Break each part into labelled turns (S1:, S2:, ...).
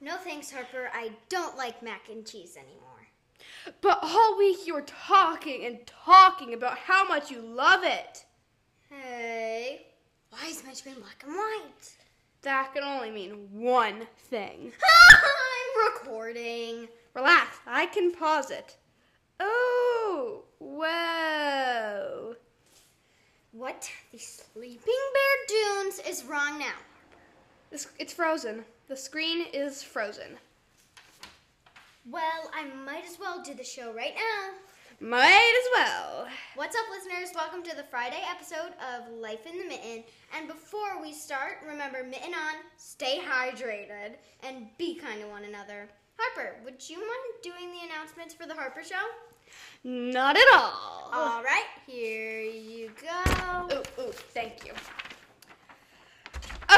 S1: No thanks, Harper. I don't like mac and cheese anymore.
S2: But all week you were talking and talking about how much you love it.
S1: Hey, why is my screen black and white?
S2: That can only mean one thing.
S1: I'm recording.
S2: Relax, I can pause it. Oh, whoa.
S1: What the sleeping bear dunes is wrong now?
S2: This, it's frozen. The screen is frozen.
S1: Well, I might as well do the show right now.
S2: Might as well.
S1: What's up, listeners? Welcome to the Friday episode of Life in the Mitten. And before we start, remember mitten on, stay hydrated, and be kind to one another. Harper, would you mind doing the announcements for the Harper Show?
S2: Not at all.
S1: All right, here you go.
S2: Ooh, Oh, ooh, thank you.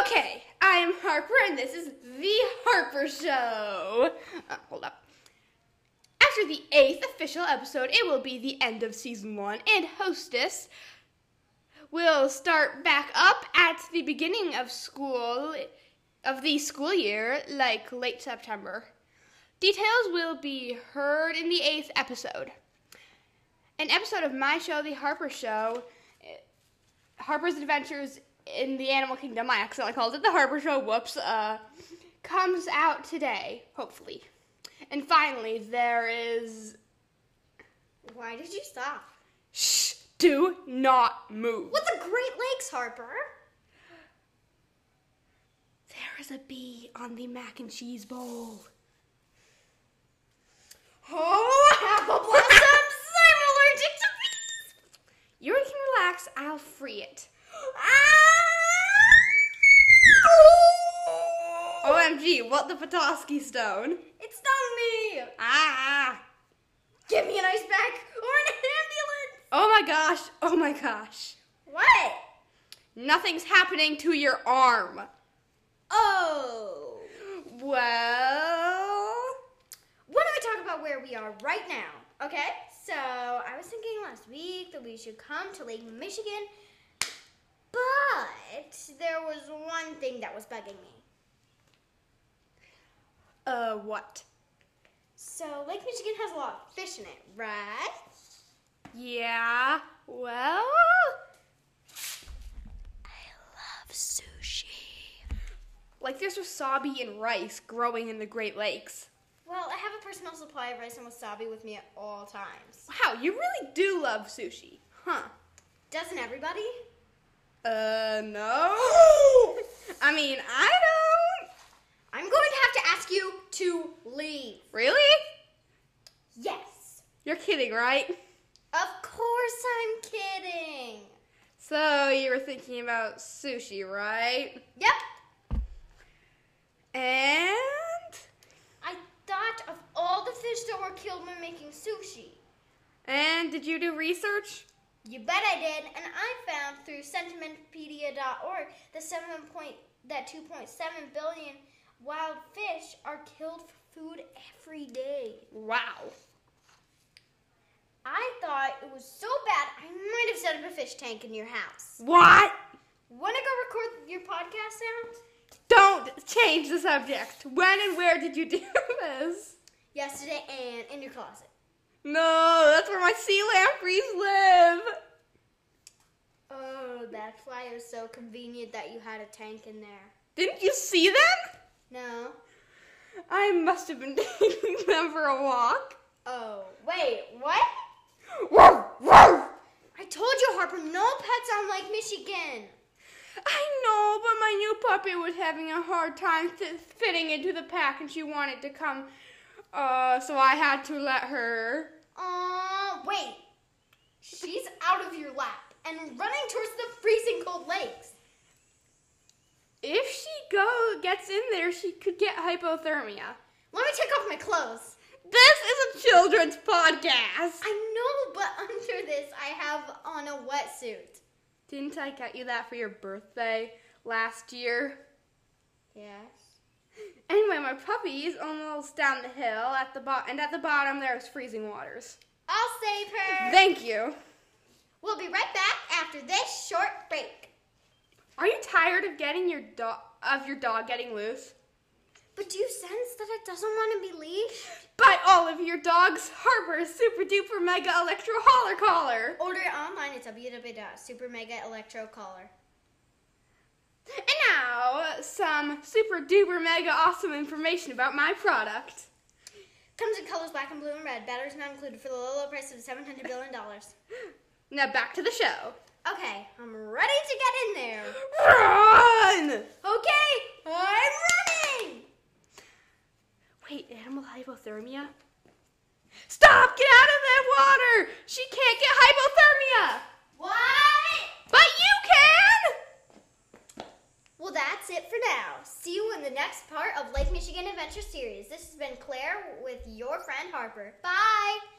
S2: Okay, I am Harper, and this is The Harper Show. Uh, hold up. After the eighth official episode, it will be the end of season one, and hostess will start back up at the beginning of school, of the school year, like late September. Details will be heard in the eighth episode. An episode of my show, The Harper Show, eh, Harper's Adventures in the Animal Kingdom, I accidentally called it The Harper Show, whoops, uh, comes out today, hopefully. And finally, there is.
S1: Why did you stop?
S2: Shh, do not move.
S1: What's the Great Lakes, Harper?
S2: There is a bee on the mac and cheese bowl.
S1: Oh, apple blossoms! I'm allergic to bees!
S2: You can relax, I'll free it.
S1: Ah!
S2: OMG, what the Petoskey stone?
S1: It's not me!
S2: Ah!
S1: Give me an ice pack or an ambulance!
S2: Oh my gosh, oh my gosh.
S1: What?
S2: Nothing's happening to your arm.
S1: Oh!
S2: Well.
S1: Why don't we talk about where we are right now? Okay, so I was thinking last week that we should come to Lake Michigan, but there was one thing that was bugging me.
S2: Uh, what?
S1: So Lake Michigan has a lot of fish in it, right?
S2: Yeah, well.
S1: Love sushi.
S2: Like there's wasabi and rice growing in the Great Lakes.
S1: Well, I have a personal supply of rice and wasabi with me at all times.
S2: Wow, you really do love sushi, huh?
S1: Doesn't everybody?
S2: Uh, no. I mean, I don't.
S1: I'm going to have to ask you to leave.
S2: Really?
S1: Yes.
S2: You're kidding, right?
S1: Of course I'm kidding.
S2: So you were thinking about sushi, right?
S1: Yep.
S2: And
S1: I thought of all the fish that were killed when making sushi.
S2: and did you do research?
S1: You bet I did, and I found through sentimentpedia.org that seven point that 2.7 billion wild fish are killed for food every day.
S2: Wow.
S1: I thought it was so bad I might have set up a fish tank in your house.
S2: What?
S1: Wanna go record your podcast now?
S2: Don't change the subject. When and where did you do this?
S1: Yesterday and in your closet.
S2: No, that's where my sea lampreys live.
S1: Oh, that's why it was so convenient that you had a tank in there.
S2: Didn't you see them?
S1: No.
S2: I must have been taking them for a walk.
S1: Oh, wait, what?
S2: Woof, woof.
S1: I told you, Harper, no pets on Lake Michigan.
S2: I know, but my new puppy was having a hard time fit fitting into the pack, and she wanted to come, uh, so I had to let her.
S1: Aw, wait. She's out of your lap and running towards the freezing cold lakes.
S2: If she go gets in there, she could get hypothermia.
S1: Let me take off my clothes.
S2: This is a children's podcast.
S1: I know, but under this, I have on a wetsuit.
S2: Didn't I get you that for your birthday last year?
S1: Yes.
S2: Anyway, my puppy is almost down the hill at the bottom, and at the bottom there's freezing waters.
S1: I'll save her.
S2: Thank you.
S1: we'll be right back after this short break.
S2: Are you tired of getting your dog of your dog getting loose?
S1: But do you sense that it doesn't want to be leashed?
S2: Buy all of your dog's Harper Super Duper Mega Electro Holler Collar.
S1: Order it online at uh, www.supermegaelectrocollar.
S2: And now, some super duper mega awesome information about my product.
S1: Comes in colors black and blue and red. Batteries not included for the low, low price of $700 billion.
S2: Now back to the show.
S1: Okay, I'm ready to get in there.
S2: Run! Oh,
S1: Okay, I'm running!
S2: Wait, animal hypothermia? Stop! Get out of that water! She can't get hypothermia!
S1: What?
S2: But you can!
S1: Well, that's it for now. See you in the next part of Lake Michigan Adventure Series. This has been Claire with your friend Harper. Bye!